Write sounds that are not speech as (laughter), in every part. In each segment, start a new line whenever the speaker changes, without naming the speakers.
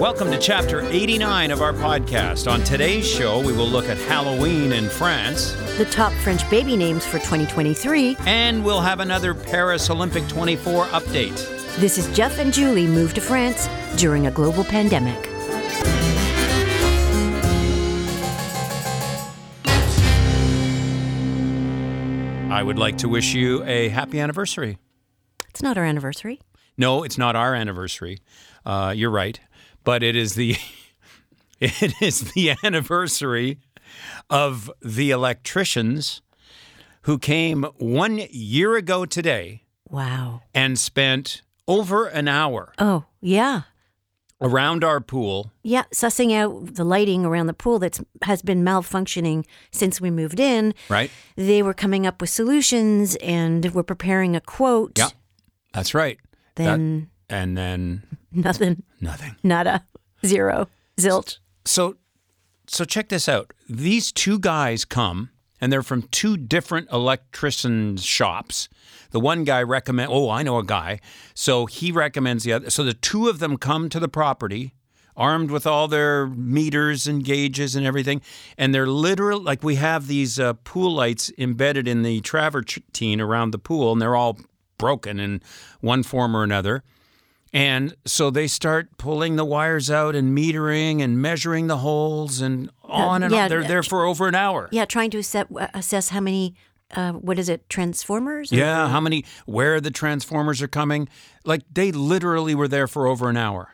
Welcome to chapter 89 of our podcast. On today's show, we will look at Halloween in France,
The top French baby names for 2023.
and we'll have another Paris Olympic 24 update.
This is Jeff and Julie moved to France during a global pandemic.
I would like to wish you a happy anniversary.
It's not our anniversary.
No, it's not our anniversary. Uh, you're right, but it is the (laughs) it is the anniversary of the electricians who came one year ago today
Wow.
and spent over an hour
Oh, yeah.
around our pool.
Yeah, sussing out the lighting around the pool that's has been malfunctioning since we moved in.
Right.
They were coming up with solutions and were preparing a quote.
Yeah. That's right. That-
Then
and then
(laughs) nothing,
nothing.
nada, zero, zilch.
So so check this out. These two guys come and they're from two different electrician shops. The one guy recommend oh, I know a guy. So he recommends the other so the two of them come to the property armed with all their meters and gauges and everything and they're literal like we have these uh, pool lights embedded in the travertine around the pool and they're all broken in one form or another And so they start pulling the wires out and metering and measuring the holes and on and
yeah,
on. They're
uh,
there for over an hour.
Yeah, trying to assess, assess how many, uh, what is it, transformers?
Yeah, how many, where the transformers are coming. Like they literally were there for over an hour.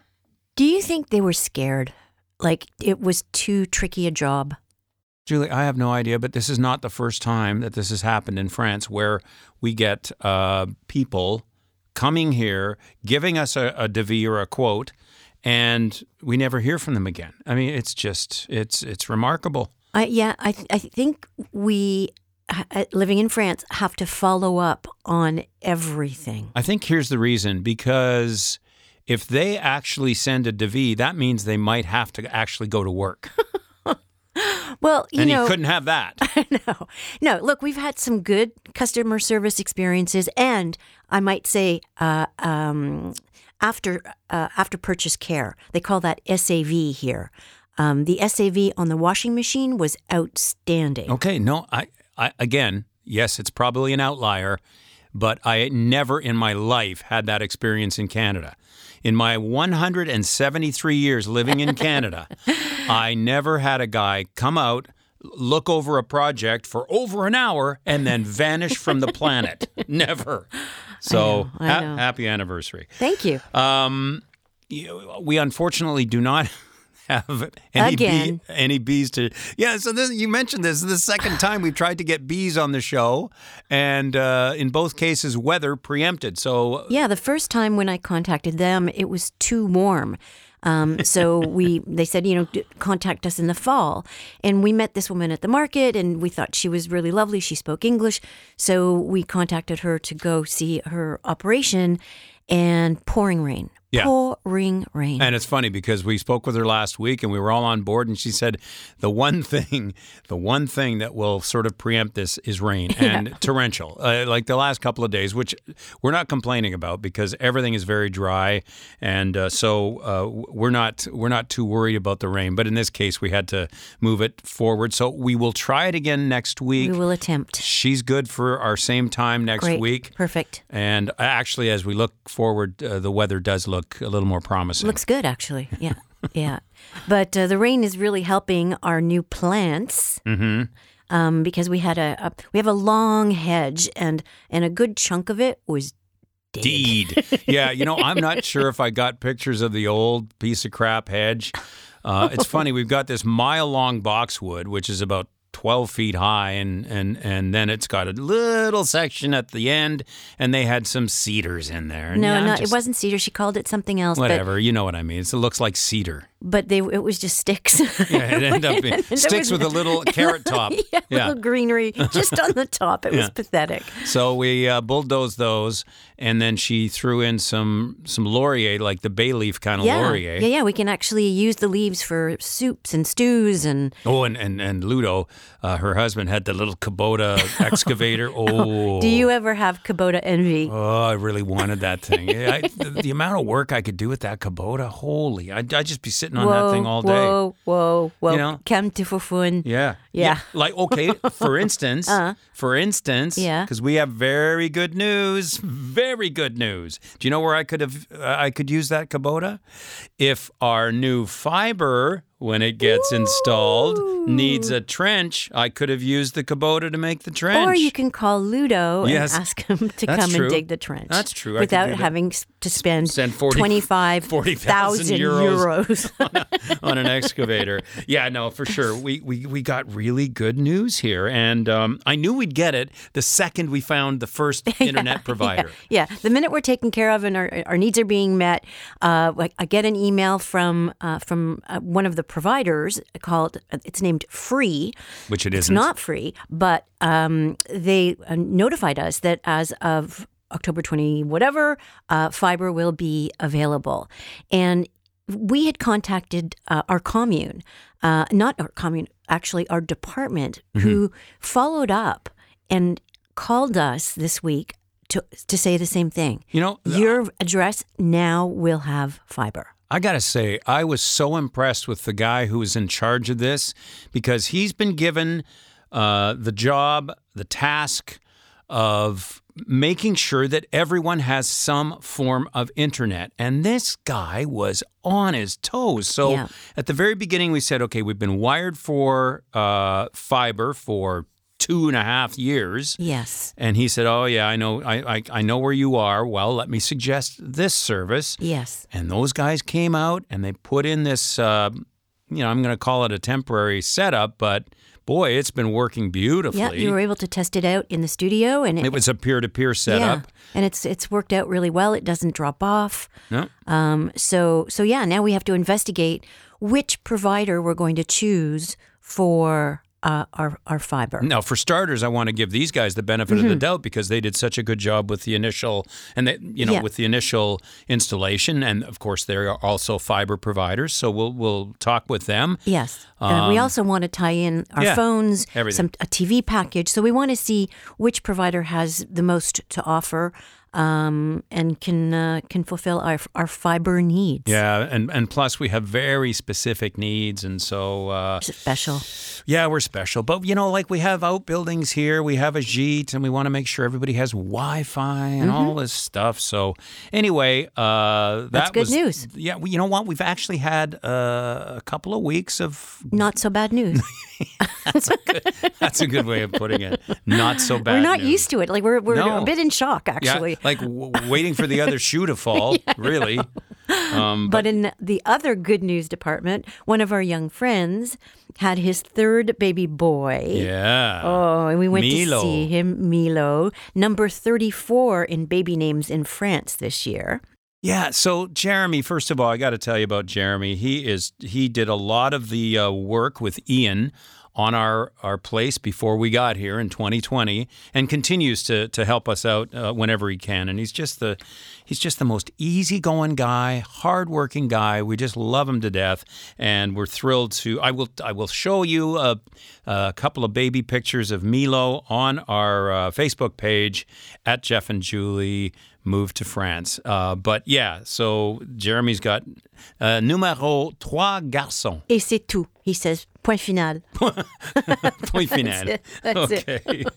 Do you think they were scared? Like it was too tricky a job?
Julie, I have no idea, but this is not the first time that this has happened in France where we get uh, people coming here, giving us a, a devis or a quote, and we never hear from them again. I mean, it's just, it's, it's remarkable.
I, yeah, I, th- I think we, ha- uh, living in France, have to follow up on everything.
I think here's the reason because if they actually send a devis, that means they might have to actually go to work.
Well, you
and
know,
you couldn't have that.
(laughs) no, no. Look, we've had some good customer service experiences, and I might say, uh, um, after uh, after purchase care, they call that SAV here. Um, the SAV on the washing machine was outstanding.
okay, no, I, I again, yes, it's probably an outlier, but I never in my life had that experience in Canada. In my 173 years living in
(laughs)
Canada, I never had a guy come out, look over a project for over an hour, and then vanish from the
(laughs)
planet. Never. So,
know, I
ha-
know.
happy anniversary.
Thank you.
Um, you- we unfortunately do not (laughs) have any
Again.
bee, any bees to. Yeah, so this, you mentioned this. This is the second time we've tried to get bees on the show, and uh, in both cases, weather preempted. So
Yeah, the first time when I contacted them, it was too warm.
(laughs)
Um, so we, they said, you know, d- contact us in the fall. And we met this woman at the market, and we thought she was really lovely. She spoke English, so we contacted her to go see her operation. And pouring rain,
Yeah.
pouring rain.
And it's funny because we spoke with her last week and we were all on board and she said the one thing the one thing that will sort of preempt this is
(laughs)
rain and torrential. Uh, like the last couple of days which we're not complaining about because everything is very dry and uh, so uh, w- we're not we're not too worried about the rain, but in this case we had to move it forward. So we will try it again next week.
we will attempt.
She's good for our same time next
Great,
week.
perfect.
And uh, actually, as we look forward, uh, the weather does look a little more promising.
Looks good, actually. Yeah, yeah. But uh, the rain is really helping our new plants. Mm-hmm. Um, because we had a, a we have a long hedge and and a good chunk of it was dead.
Deed. Yeah, you know, I'm not sure if I got pictures of the old piece of crap hedge. Uh, it's funny, we've got this mile long boxwood, which is about 12 feet high, and, and, and then it's got a little section at the end, and they had some cedars in there. And
No,
I'm
no, it
just-
wasn't cedar. She called it something else.
Whatever, you know what I mean. It's, it looks like
(laughs)
cedar.
But, but they it was just sticks. (laughs)
Yeah, it ended up being
There
sticks
was-
with a little
(laughs)
carrot top.
yeah, little
(laughs)
greenery just on the top. It was pathetic.
So we uh, bulldozed those, and then she threw in some some laurier, like the bay leaf kind of
Yeah,
laurier.
yeah, yeah. We can actually use the leaves for soups and stews and
Oh, and and and Ludo, uh, her husband had the little
(laughs)
Kubota excavator. Oh,
Do you ever have Kubota envy?
Oh, I really wanted that thing. Yeah, I, the, the amount of work I could do with that Kubota, holy! I'd, I'd just be sitting on that thing all day.
Whoa, whoa, whoa.
You know?
Come to for fun.
Yeah.
Yeah. Uh-huh.
Like okay,
(laughs)
for instance, for instance,
Yeah.
because we have very good news, very good news. Do you know where I could have uh, I could use that Kubota? If our new fiber when it gets installed needs a trench, I could have used the Kubota to make the trench.
Or you can call Ludo
Yes.
and ask him to
That's
come
true.
and dig the trench.
That's true. I could
Without
do that.
having s- to spend,
Send 40
€25,000
40,000 euros.
euros.
(laughs)
(laughs)
on an excavator. Yeah, no, for sure. We we, we got really good news here, and um, I knew we'd get it the second we found the
(laughs)
first internet provider.
Yeah, the minute we're taken care of and our, our needs are being met, uh, like I get an email from uh, from uh, one of the providers called uh, it's named Free,
Which it
It's
isn't.
not free, but um, they uh, notified us that as of October twenty whatever, uh, fiber will be available, and we had contacted uh, our commune, uh, not our commune, actually our department, who followed up and called us this week to to say the same thing.
You know,
Your address now will have fiber.
I got to say, I was so impressed with the guy who was in charge of this because he's been given uh, the job, the task of making sure that everyone has some form of internet. And this guy was on his toes. So
Yeah.
at the very beginning, we said, okay, we've been wired for uh, fiber for two and a half years.
Yes.
And he said, "Oh yeah, I know. I, I I know where you are. Well, let me suggest this service."
Yes.
And those guys came out and they put in this, uh, you know, I'm going to call it a temporary setup, but boy, it's been working beautifully.
Yeah, you were able to test it out in the studio, and
it was a peer to peer setup.
And it's it's worked out really well. It doesn't drop off.
No.
Um, so so yeah, now we have to investigate which provider we're going to choose for uh, our our fiber.
Now, for starters, I want to give these guys the benefit
Mm-hmm.
of the doubt because they did such a good job with the initial and they, you know
Yeah.
with the initial installation, and of course they are also fiber providers. So we'll we'll talk with them.
Yes, and we also want to tie in our
Um, yeah,
phones,
everything.
some a TV package. So we want to see which provider has the most to offer um, and can uh, can fulfill our our fiber needs.
Yeah, and and plus we have very specific needs, and so uh,
Special.
Yeah, we're special. But, you know, like we have outbuildings here, we have a Jeet, and we want to make sure everybody has Wi Fi and all this stuff. So, anyway, uh, that
Mm-hmm. good
was,
news.
Yeah, well, you know what? We've actually had uh, a couple of weeks of (laughs)
Not so bad news.
that's a good way of putting it. Not so bad.
we're not
news.
used to it. Like we're we're
No.
a bit in shock
yeah,
actually.
like w- waiting for the other shoe to
(laughs)
fall, really.
But in the other good news department, one of our young friends had his third baby boy.
Yeah.
Oh, and we went
Milo.
to see him, Milo, number 34 in baby names in France this year.
Yeah, so Jeremy, first of all, I got to tell you about Jeremy. He is he did a lot of the uh, work with Ian on our our place before we got here in 2020, and continues to to help us out uh, whenever he can. And he's just the he's just the most easygoing guy, hardworking guy. We just love him to death, and we're thrilled to. I will I will show you a, a couple of baby pictures of Milo on our uh, Facebook page at Jeff and Julie moved to France. Uh, but yeah, so Jeremy's got uh, numero trois garçons. (laughs)
Et c'est tout, he says, point final.
Point final.
(laughs) That's it.
Okay. (laughs)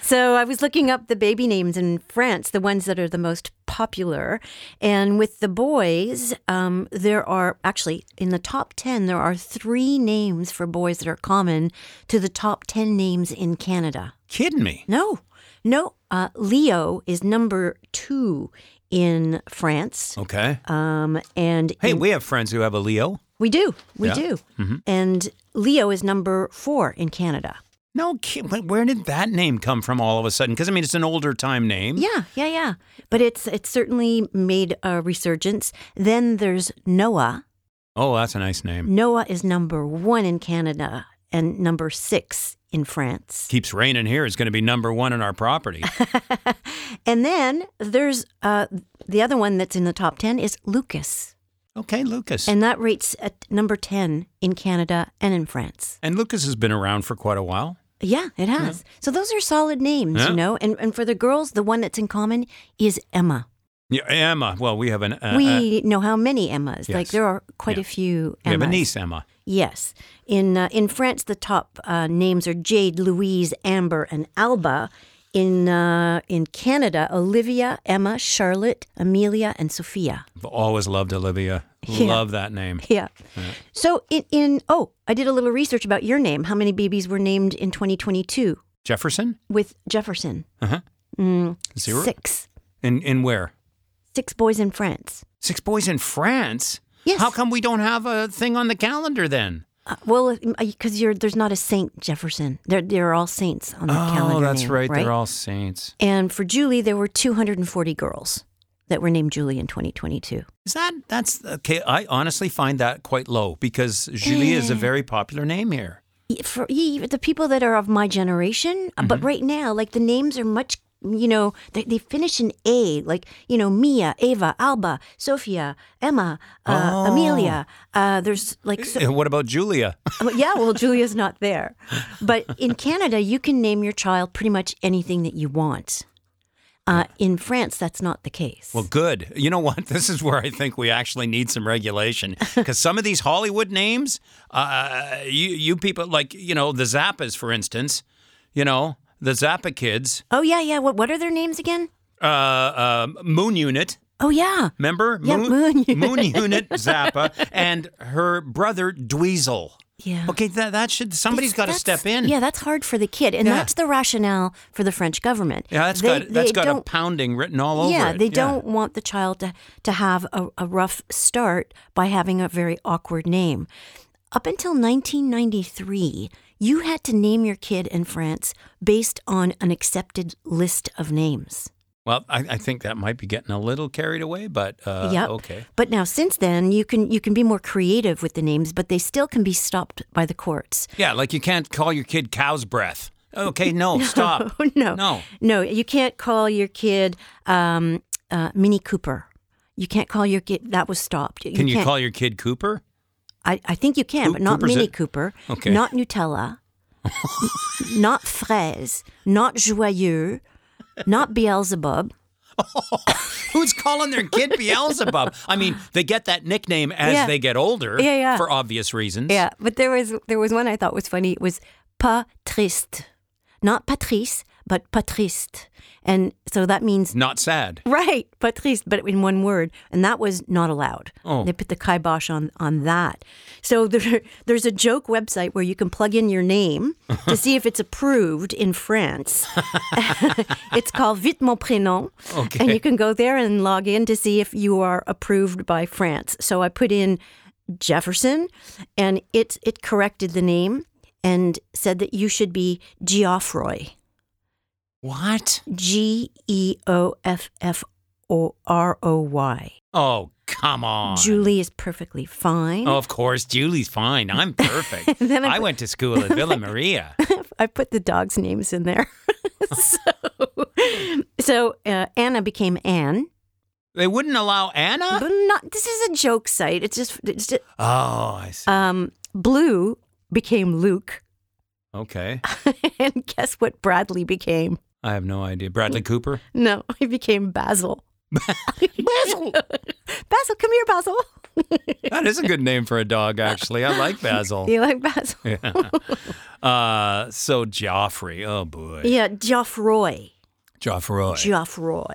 So I was looking up the baby names in France, the ones that are the most popular. And with the boys, um, there are actually in the top 10, there are three names for boys that are common to the top 10 names in Canada.
Kidding me.
No, no. Uh, Leo is number two in France.
Okay.
Um, and
Hey, we have friends who have a Leo.
we do, we
Yeah.
do. And Leo is number four in Canada.
No, kid, wh- where did that name come from all of a sudden? Because I mean, it's an older time name.
Yeah, yeah, yeah. But it's it's certainly made a resurgence. Then there's Noah.
Oh, that's a nice name.
Noah is number one in Canada and number six in France. (laughs)
Keeps raining here. It's going to be number one in our property.
And then there's uh, the other one that's in the top ten is Lucas,
Okay, Lucas.
and that rates at number ten in Canada and in France.
and Lucas has been around for quite a while.
Yeah, it has. So those are solid names,
Yeah.
you know. And and for the girls, the one that's in common is Emma.
Yeah, Emma. Well, we have an uh, uh,
we know how many Emmas. Like
yes.
there are quite a few
we
Emmas.
have a niece, Emma.
Yes. In uh, in France, the top uh, names are Jade, Louise, Amber, and Alba. In uh, in Canada, Olivia, Emma, Charlotte, Amelia, and Sophia. (laughs)
I've always loved Olivia.
Yeah.
Love that name.
Yeah. So in, in oh, I did a little research about your name. How many babies were named in 2022
Jefferson?
with Jefferson?
Uh-huh. Zero?
Mm, Six.
In, in where?
Six boys in France.
Six boys in France?
Yes.
How come we don't have a thing on the calendar then?
Uh, well, because you're there's not a Saint Jefferson. They're they're all saints on the calendar.
oh, that's
name,
right.
right.
They're all saints.
And for Julie, there were 240 girls that were named Julie in 2022.
Is that that's okay? I honestly find that quite low because Julie is
Eh.
a very popular name here.
E- For e- the people that are of my generation, uh, but right now, like the names are much, you know, they, they finish in A, like, you know, Mia, Ava, Alba, Sophia, Emma, uh,
Oh.
Amelia. Uh, there's like,
(laughs)
so,
Uh, What about Julia?
well, yeah, well, Julia's not there. But in Canada, you can name your child pretty much anything that you want. Uh, in France, that's not the case.
Well, good. You know what? (laughs) This is where I think we actually need some
(laughs)
regulation because some of these Hollywood names, uh, you you people like you know the Zappas, for instance, you know the Zappa kids,
oh, yeah, yeah. What, what are their names again?
uh, uh, Moon Unit.
Oh, yeah.
Remember? (laughs)
Yeah, Moon Unit.
Moon Unit Zappa and her brother Dweezil.
Yeah.
Okay, that, that should somebody's got to
That's-
step in.
Yeah, that's hard for the kid, and
Yeah.
that's the rationale for the French government.
Yeah, that's
They-
got that's
they
got a
don't-
pounding written all over
yeah,
it.
they don't want the child to to have a, a rough start by having a very awkward name. Up until 1993, you had to name your kid in France based on an accepted list of names.
Well, I, I think that might be getting a little carried away, but uh,
yep.
okay.
But now since then, you can you can be more creative with the names, but they still can be stopped by the courts.
Yeah, like you can't call your kid cow's breath. Okay, no, stop.
Oh (laughs) no,
No.
no! You can't call your kid um, uh, Mini Cooper. You can't call your kid. That was stopped.
Can you
can't-
call your kid Cooper?
I, I think you can,
Coo-
but not
Cooper's
Mini
it?
Cooper.
Okay.
Not
(laughs)
Nutella. n- not fraise. Not joyeux. Not Beelzebub.
Who's calling their kid
(laughs)
Beelzebub? I mean, they get that nickname as
Yeah.
they get older
Yeah, yeah.
for obvious reasons.
Yeah, but there was there was one I thought was funny. It was pas triste, not Patrice, but Patriste, and so that means
Not sad.
(laughs) Right, Patrice, but in one word, and that was not allowed.
Oh.
They put the kibosh on on that. So (laughs) there, there's a joke website where you can plug in your
(laughs)
name to see if it's approved in France. (laughs) it's called Vite mon prénom, and
Okay.
you can go there and log in to see if you are approved by France. So I put in Jefferson, and it it corrected the name and said that you should be Geoffroy.
What?
G E O F F O R O Y.
Oh, come on.
Julie is perfectly fine.
Oh, of course, Julie's fine.
(laughs)
I'm perfect.
And then I
I went to school at Villa
(laughs)
Maria.
(laughs) I put the dogs' names in there. (laughs) so (laughs) so uh, Anna became Anne.
They wouldn't allow Anna?
But not this is a joke site. It's just, it's just
Oh, I see.
um, Blue became Luke. (laughs)
Okay.
and guess what Bradley became?
I have no idea.
(laughs)
Bradley Cooper?
No, he became Basil. (laughs) Basil! (laughs) Oh. Basil, come here, Basil.
That is a good name for a dog, actually. I like
(laughs)
Basil.
You like Basil? Yeah,
Uh, so Joffrey. Oh boy,
yeah Geoffroy.
Joffroy.
Geoffroy.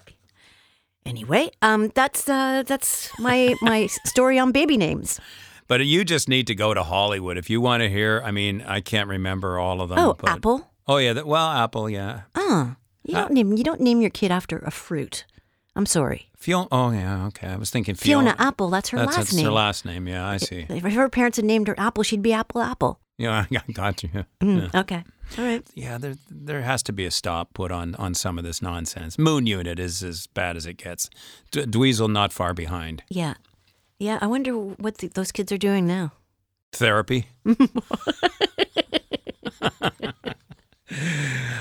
Anyway, um, that's uh, that's
(laughs)
my my story on baby names.
but you just need to go to Hollywood if you want to hear. I mean, I can't remember all of them.
Oh,
but,
apple.
Oh yeah. That, well, Apple. Yeah.
Ah, you don't name you don't name your kid after a fruit. I'm sorry,
Fiona. Oh yeah. Okay. I was thinking
Fiona
Fiona.
Apple. That's her
That's,
last
that's
name.
her last name. Yeah, I see.
if her parents had named her Apple, she'd be Apple Apple.
Yeah, (laughs) I got you.
Mm, Okay, all right.
Yeah, there there has to be a stop put on on some of this nonsense. Moon Unit is as bad as it gets. D- Dweezil not far behind.
Yeah, yeah. I wonder what th those kids are doing now. (laughs)
Therapy.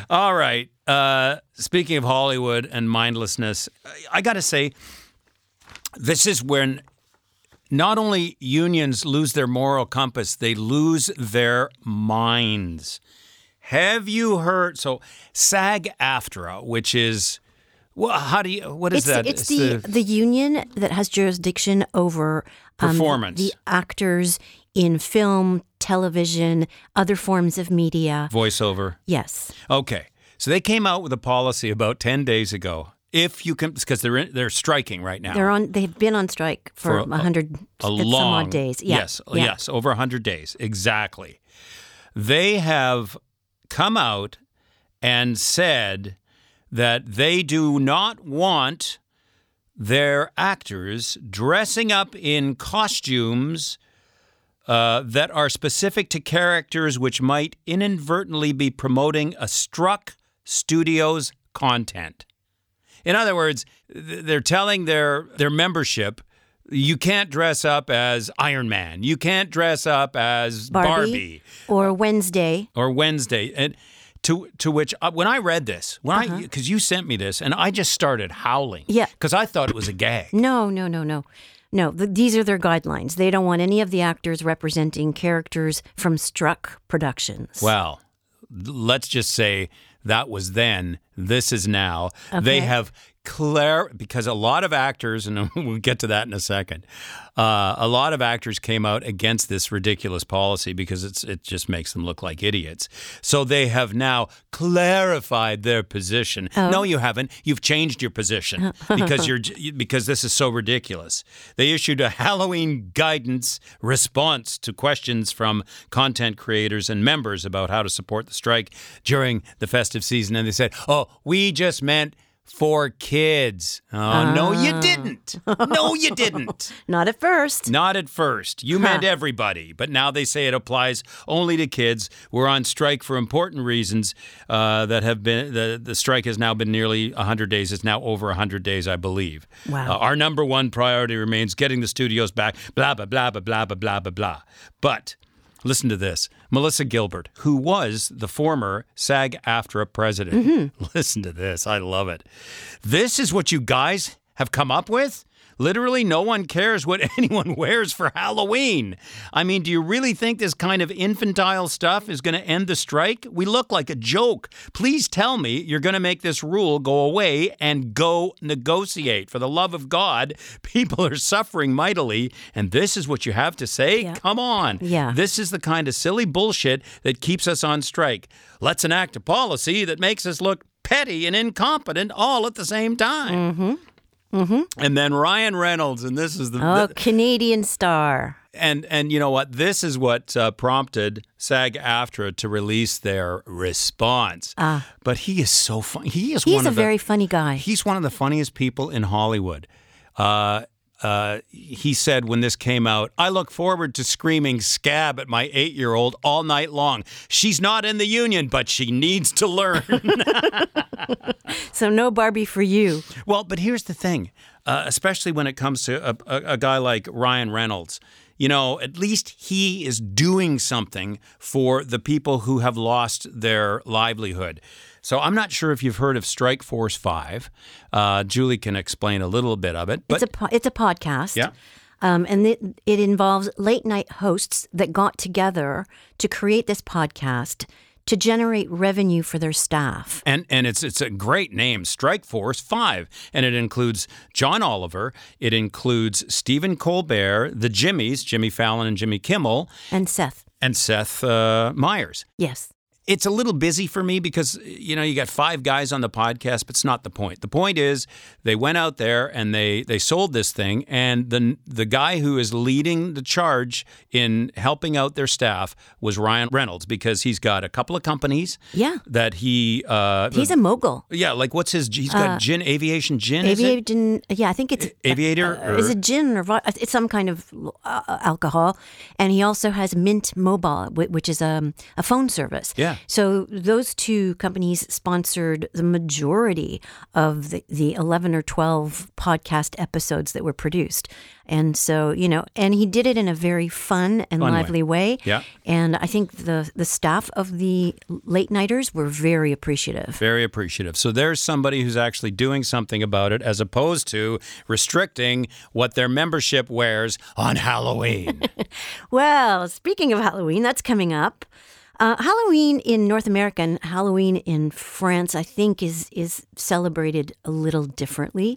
All right. Uh, speaking of Hollywood and mindlessness, I- I got to say, this is when not only unions lose their moral compass, they lose their minds. Have you heard? So, SAG AFTRA, which is Well, how do you? What is
it's
that?
it's, the, the union that has jurisdiction over um,
Performance.
the actors in film, television, other forms of media.
voiceover.
Yes.
Okay, so they came out with a policy about ten days ago. If you can, because they're in, they're striking right now.
They're on they've been on strike for,
For a-
100
a
some
long
odd days. Yeah.
Yes,
Yeah.
yes, over 100 days exactly. They have come out and said that they do not want their actors dressing up in costumes uh, that are specific to characters which might inadvertently be promoting a struck studio's content. In other words, th- they're telling their their membership you can't dress up as Iron Man. You can't dress up as
Barbie,
Barbie
or Wednesday.
or Wednesday. And to to which uh, when I read this, when I because you sent me this, and I just started howling.
Uh-huh. Yeah.
because I thought it was a gag.
No, no, no, no. No, th- these are their guidelines. They don't want any of the actors representing characters from struck productions.
Well, let's just say that was then. This is now. They
Okay.
have clear because a lot of actors, and (laughs) we'll get to that in a second. Uh, a lot of actors came out against this ridiculous policy because it's it just makes them look like idiots. So they have now clarified their position.
Oh.
No, you haven't. You've changed your position because you're j- because this is so ridiculous. They issued a Halloween guidance response to questions from content creators and members about how to support the strike during the festive season, and they said, "Oh, we just meant." For kids. Oh, no, you didn't. No, you didn't.
Not at first.
Not at first. You meant everybody, but now they say it applies only to kids. We're on strike for important reasons uh, that have been. The, the strike has now been nearly 100 days. It's now over 100 days, I believe.
Wow.
Uh, our number one priority remains getting the studios back. Blah blah blah blah blah blah blah blah blah. But listen to this: Melissa Gilbert, who was the former SAG-AFTRA president.
Mm-hmm.
(laughs) Listen to this. I love it. This is what you guys have come up with. Literally, no one cares what (laughs) anyone wears for Halloween. I mean, do you really think this kind of infantile stuff is going to end the strike? We look like a joke. Please tell me you're going to make this rule go away and go negotiate. For the love of God, (laughs) people are suffering mightily, and this is what you have to say?
Yeah.
Come on.
Yeah.
This is the kind of silly bullshit that keeps us on strike. Let's enact a policy that makes us look petty and incompetent all at the same time. Mm-hmm. Mm-hmm. And then Ryan Reynolds, and this is the,
Oh,
the-
Canadian star.
and and you know what? This is what uh, prompted SAG-AFTRA to release their response. but he is so funny. He is
Ah. He's
one
a
of the,
very funny guy.
He's one of the funniest people in Hollywood. Uh, uh, he said when this came out, I look forward to screaming scab at my eight year old all night long. She's not in the union, but she needs to learn.
So no Barbie for you.
well, but here's the thing, uh, especially when it comes to a, a, a guy like Ryan Reynolds. You know, at least he is doing something for the people who have lost their livelihood. So I'm not sure if you've heard of Strike Force 5. Uh, Julie can explain a little bit of it. But
it's a po- it's a podcast.
Yeah.
Um, and it, it involves late night hosts that got together to create this podcast to generate revenue for their staff.
And and it's it's a great name, Strike Force Five, and it includes John Oliver, it includes Stephen Colbert, the Jimmies, Jimmy Fallon and Jimmy Kimmel,
And Seth,
and Seth uh, Myers.
yes,
It's a little busy for me because you know you got five guys on the podcast, but it's not the point. The point is they went out there and they they sold this thing, and the the guy who is leading the charge in helping out their staff was Ryan Reynolds because he's got a couple of companies
yeah,
that he uh,
he's a mogul.
yeah, like what's his? He's got
Uh,
gin, aviation gin. is it?
Aviation, yeah, I think it's
Aviator
uh, is
or-
it gin or vo- it's some kind of uh, alcohol, and he also has Mint Mobile, whi- which is um, a phone service.
Yeah.
So those two companies sponsored the majority of the, the eleven or twelve podcast episodes that were produced, and so you know, and he did it in a very fun
Fun
and
way.
lively way.
Yeah.
And I think the the staff of the late nighters were very appreciative.
Very appreciative. So there's somebody who's actually doing something about it, as opposed to restricting what their membership wears on Halloween.
(laughs) Well, speaking of Halloween, that's coming up. Uh, Halloween in North America and Halloween in France, I think, is is celebrated a little differently.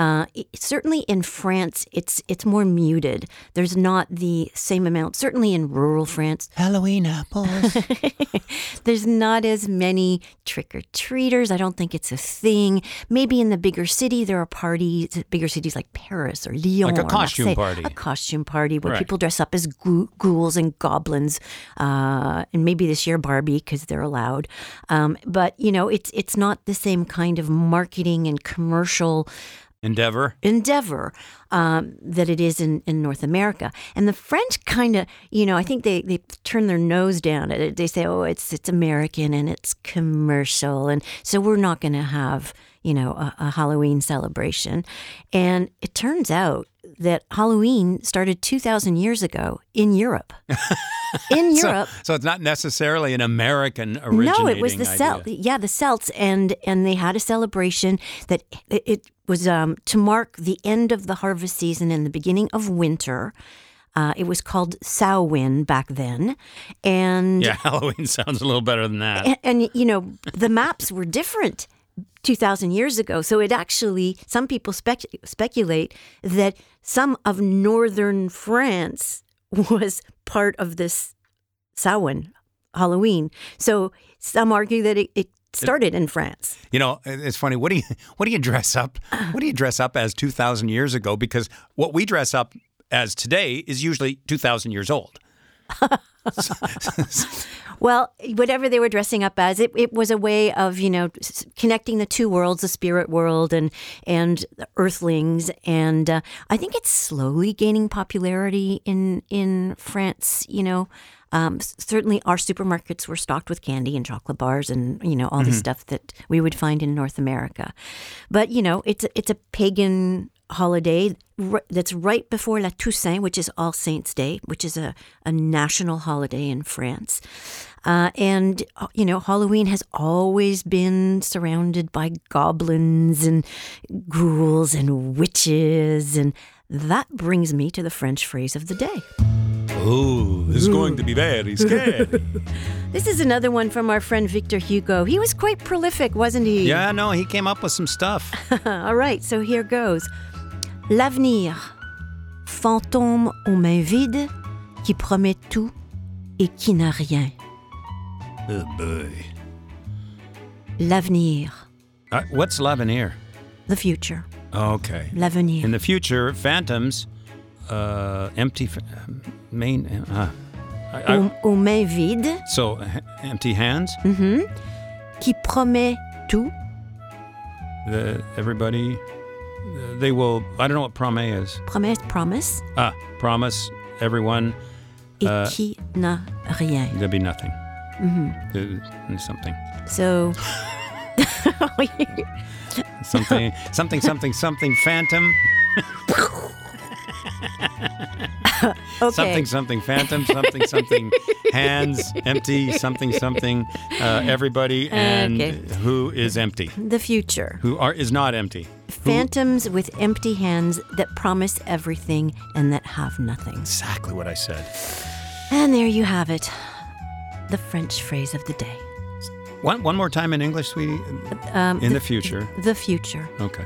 Uh, it- certainly in France, it's it's more muted. There's not the same amount. Certainly in rural France,
Halloween
(laughs)
apples.
there's not as many trick or treaters. I don't think it's a thing. Maybe in the bigger city, there are parties, bigger cities like Paris or Lyon.
Like a
or
costume
Marseille,
party.
A costume party where
Right.
people dress up as ghou- ghouls and goblins. Uh, and maybe this year, Barbie, because they're allowed. Um, but, you know, it's, it's not the same kind of marketing and commercial
Endeavor.
endeavor um, that it is in, in North America. And the French kind of, you know, I think they, they turn their nose down at it. They say, oh, it's it's American and it's commercial, and so we're not going to have you know a, a Halloween celebration. And it turns out that Halloween started two thousand years ago in Europe. in Europe.
So it's not necessarily an American originating
No, it was the
idea.
Celts. Yeah, the Celts, and and they had a celebration that it, it was um, to mark the end of the harvest season and the beginning of winter. Uh, it was called Samhain back then, and
Yeah, (laughs) Halloween sounds a little better than that.
a- and you know the maps were different 2000 years ago so it actually some people spec- speculate that some of northern france was part of this Samhain halloween so some argue that it, it started in france
You know, it- it's funny. What do you what do you dress up? What do you dress up as two thousand years ago? Because what we dress up as today is usually two thousand years old.
Well, whatever they were dressing up as, it, it was a way of you know s- connecting the two worlds, the spirit world and and the Earthlings, and uh, I think it's slowly gaining popularity in in France. You know, um, s- certainly our supermarkets were stocked with candy and chocolate bars and you know all the stuff that we would find in North America, but you know it's a- it's a pagan holiday ri- that's right before La Toussaint, which is All Saints' Day, which is a, a national holiday in France. Uh, and, uh, you know, Halloween has always been surrounded by goblins and ghouls and witches. And that brings me to the French phrase of the day.
Oh, this is going to be very scary.
This is another one from our friend Victor Hugo. He was quite prolific, wasn't he?
yeah, no, he came up with some stuff.
All right, so here goes. L'avenir, fantôme aux mains vides, qui promet tout et qui n'a rien.
Oh boy.
L'avenir,
Uh, what's loving here?
the future,
Okay.
l'avenir.
In the future, phantoms, uh, empty f- main. Uh, I, I-
Aux, aux mains vides,
so h- empty hands.
mhm, qui promet tout.
The, everybody, uh, they will. I don't know what prome is.
Promise, promise.
Ah, promise everyone
Et
Euh.
qui n'a rien.
there'll be nothing. Mm-hmm. something,
So,
something, something, something, something. Phantom.
okay.
Something, something. Phantom. Something,
(laughs)
something. Hands empty. Something, something.
(laughs)
Uh, everybody and
Okay.
who is empty?
The future.
Who are is not empty?
Phantoms with empty hands that promise everything and that have nothing.
Exactly what I said.
And there you have it. The French phrase of the day.
One, one more time in English, sweetie.
Um,
In the future.
the future.
Okay.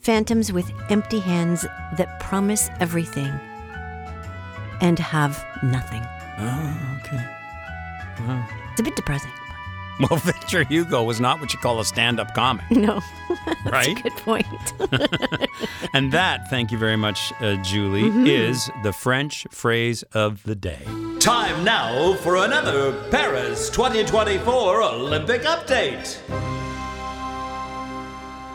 Phantoms with empty hands that promise everything and have nothing.
Oh, okay.
It's a bit depressing.
Well, (laughs) Victor Hugo was not what you call a stand-up
(laughs)
comic,
(laughs) No,
right?
good point. (laughs)
(laughs) And that, thank you very much, uh, Julie, is the French phrase of the day.
Time now for another Paris 2024 Olympic update.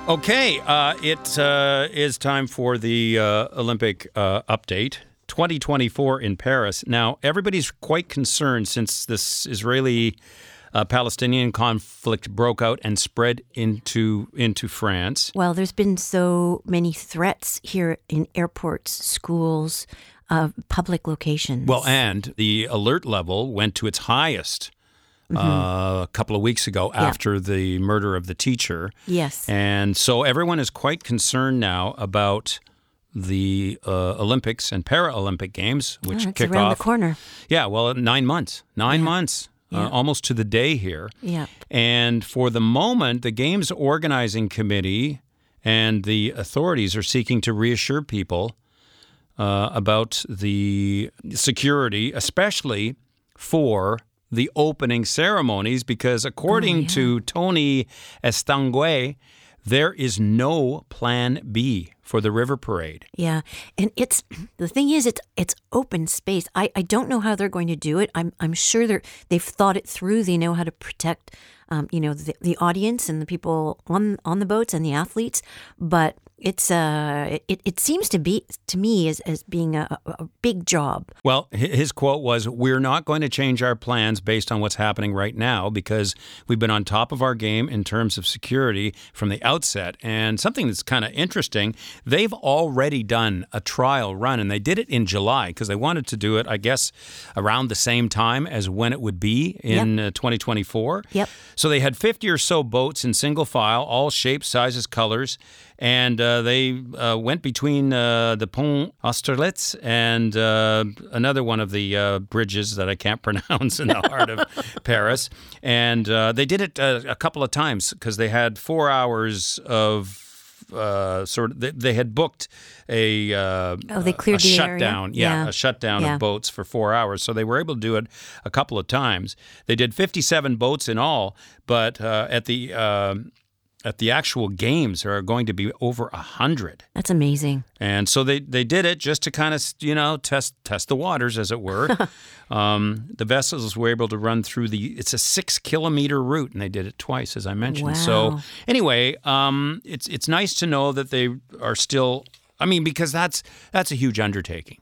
Okay, uh, it uh, is time for the uh, Olympic uh, update. 2024 in Paris. Now, everybody's quite concerned since this Israeli uh, Palestinian conflict broke out and spread into into France.
well, there's been so many threats here in airports, schools, uh, public locations.
Well, and the alert level went to its highest
Mm-hmm.
uh, a couple of weeks ago after the murder of the teacher.
yes.
And so everyone is quite concerned now about the uh, Olympics and Paralympic Games, which
Oh, it's
kick
around
off.
the corner.
Yeah, well, nine months, nine months, Uh, almost to the day here.
Yep.
And for the moment, the game's organizing committee and the authorities are seeking to reassure people uh, about the security, especially for the opening ceremonies, because according to Tony Estangue, there is no plan B for the river parade.
Yeah, and it's (clears throat) the thing is it's it's open space. I, I don't know how they're going to do it. I'm I'm sure they're they've thought it through. They know how to protect, um, you know, the, the audience and the people on on the boats and the athletes. But it's uh it, it seems to be to me as as being a, a a big job.
Well, hi- his quote was We're not going to change our plans based on what's happening right now because we've been on top of our game in terms of security from the outset. And something that's kind of interesting, they've already done a trial run and they did it in July because they wanted to do it, I guess, around the same time as when it would be in uh 2024.
Yep.
So they had 50 or so boats in single file, all shapes, sizes, colors, and uh, they uh, went between uh, the Pont Austerlitz and uh, another one of the uh, bridges that I can't (laughs) pronounce in the heart of Paris. And uh, they did it uh, a couple of times because they had four hours of. Uh, sort of, they, they had booked a uh,
Oh, they
a-
cleared
a
the area.
shutdown. Yeah,
Yeah.
a shutdown
Yeah.
of boats for four hours. So they were able to do it a couple of times. They did 57 boats in all, but uh, at the um at the actual games, there are going to be over a hundred.
That's amazing.
And so they, they did it just to kind of you know test test the waters, as it were. um, the vessels were able to run through the it's a six kilometer route, and they did it twice, as I mentioned. So
Wow.
anyway, um, it's it's nice to know that they are still. I mean, because that's that's a huge undertaking.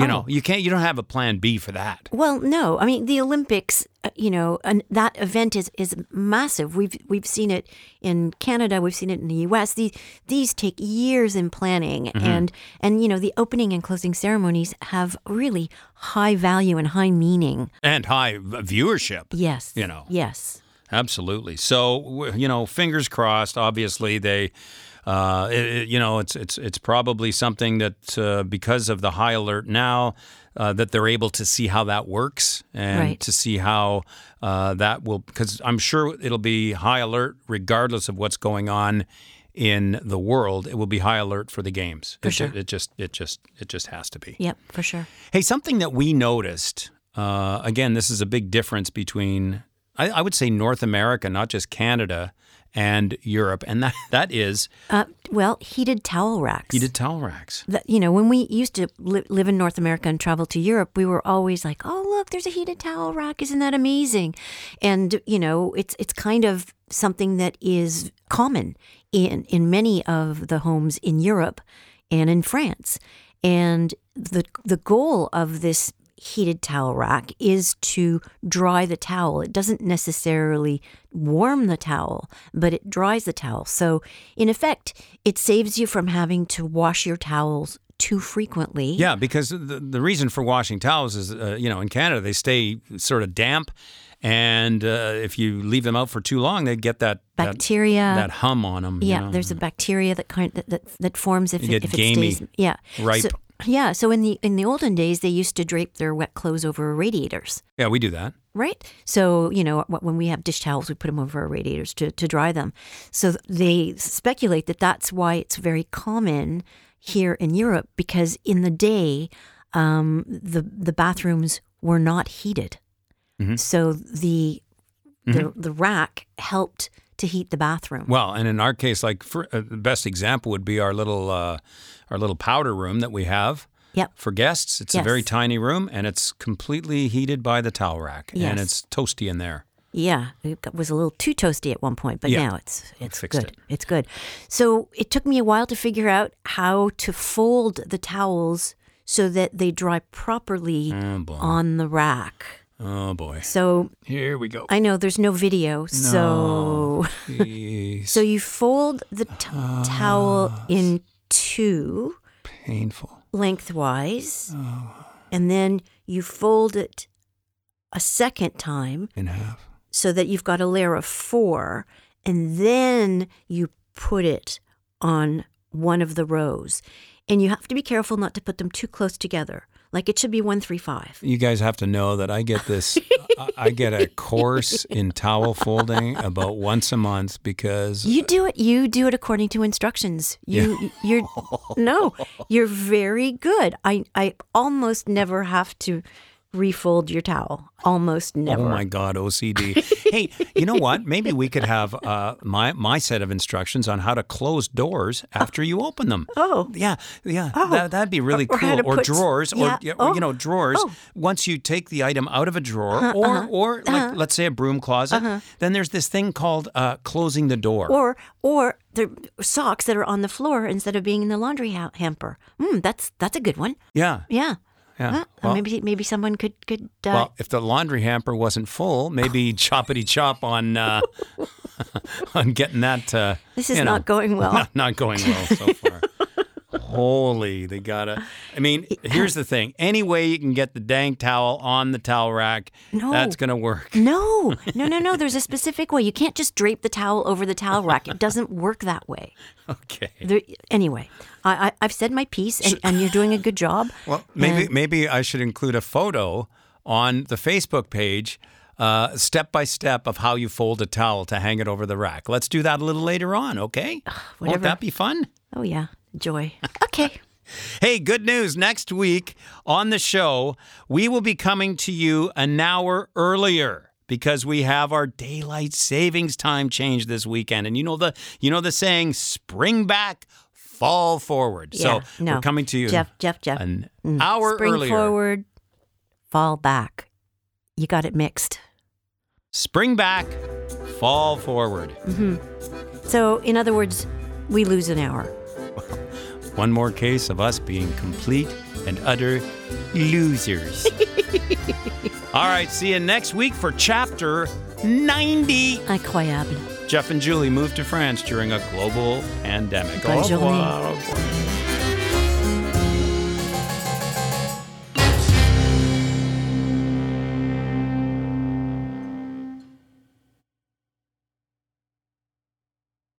You know, you can't you don't have a plan B for that.
Well, no, I mean the Olympics. uh, You know, and that event is is massive. We've we've seen it in Canada. We've seen it in the U.S. These these take years in planning,
Mm-hmm.
and and you know the opening and closing ceremonies have really high value and high meaning.
And high v- viewership.
Yes,
You know.
Yes,
Absolutely. So w- you know, fingers crossed. Obviously, they, uh, it, it- you know, it's it's it's probably something that uh, because of the high alert now. Uh, that they're able to see how that works and
Right.
to see how uh, that will, because I'm sure it'll be high alert regardless of what's going on in the world. It will be high alert for the games. it, ju-
sure.
it just, it just, it just has to be.
yep, for sure.
Hey, something that we noticed, uh, again, this is a big difference between, I, I would say, North America, not just Canada and Europe, and that, (laughs) that is
Uh, well, heated towel racks.
heated towel racks.
that, you know, when we used to li- live in North America and travel to Europe, we were always like, "Oh, look, there's a heated towel rack! Isn't that amazing?" And you know, it's it's kind of something that is common in in many of the homes in Europe and in France. And the the goal of this heated towel rack is to dry the towel. It doesn't necessarily warm the towel, but it dries the towel. So, in effect, it saves you from having to wash your towels too frequently.
Yeah, because the, the reason for washing towels is, uh, you know, in Canada, they stay sort of damp. And uh, if you leave them out for too long, they get that that-
Bacteria.
that, hum on them.
yeah, there's a bacteria that kind that that, that forms if
You
it,
get
if
gamey,
it stays. Yeah,
ripe.
So, yeah, so in the in the olden days, they used to drape their wet clothes over radiators.
yeah, we do that.
Right. So, you know, wh- when we have dish towels, we put them over our radiators to, to dry them. So they speculate that that's why it's very common here in Europe because in the day, um, the, the bathrooms were not heated. So the, the, the rack helped to heat the bathroom.
Well, and in our case, like for, uh, the best example would be our little uh, our little powder room that we have.
Yep.
for guests. It's a
Yes.
very tiny room and it's completely heated by the towel rack and
Yes.
it's toasty in there.
Yeah, it got- was a little too toasty at one point, but
Yeah.
now it's it's
fixed
good.
it.
It's good. So it took me a while to figure out how to fold the towels so that they dry properly
Oh boy.
on the rack.
Oh boy.
So
Here we
(laughs)
go.
I know there's no video, so
Jeez,
so you fold the t- towel
Ah.
in two
painful.
lengthwise,
Oh.
and then you fold it a second time
In half.
so that you've got a layer of four, and then you put it on one of the rows. and you have to be careful not to put them too close together. Like it should be one three five.
You guys have to know that I get
(laughs)
this. I, I get a course in towel folding about once a month because
You do it. You do it according to instructions. You you're no, you're very good. I I almost never have to refold your towel. Almost never.
oh my god,
(laughs)
OCD. hey, you know what? Maybe we could have uh, my my set of instructions on how to close doors after you open them.
Oh.
yeah, yeah. That, that'd be really
Or
cool.
how to
Or
put-
drawers,
yeah,
or yeah,
oh,
you know, drawers.
oh. Uh-huh,
Once you take the item out of a drawer, or or like, let's say a broom closet, then there's this thing called uh, closing the door.
Or or the socks that are on the floor instead of being in the laundry ha- hamper. Mm, that's that's a good one.
yeah,
Yeah.
yeah.
Huh?
Well-
Oh, maybe maybe someone could could uh,
Well, if the laundry hamper wasn't full,
(laughs)
maybe choppity chop on uh, (laughs) on getting that. Uh,
This is
you know,
not going well.
(laughs) Not, not going well
(laughs)
so far. Holy, they gotta. I mean, here's the thing. Any way you can get the dang towel on the towel rack,
No.
that's gonna work.
No, no, no, no. There's a specific way. You can't just drape the towel over the towel rack. It doesn't work that way.
Okay.
There, anyway, I, I, I've said my piece, and, and you're doing a good job.
(laughs) Well, maybe maybe I should include a photo on the Facebook page. Uh, step by step of how you fold a towel to hang it over the rack. Let's do that a little later on, okay? Won't
whatever.
that be fun?
Oh yeah, joy. Okay.
Hey, good news. Next week on the show, we will be coming to you an hour earlier because we have our daylight savings time change this weekend. And you know the you know the saying, spring back, fall forward.
Yeah,
(laughs) so
no.
we're coming to you
Jeff, Jeff, Jeff.
an hour
Spring
earlier.
forward, fall back. You got it mixed.
Spring back, fall forward.
So, in other words, we lose an hour.
One more case of us being complete and utter losers. All right, see you next week for chapter 90.
Incroyable.
Jeff and Julie moved to France during a global pandemic.
Bonne
Au
journée.
revoir. Au revoir.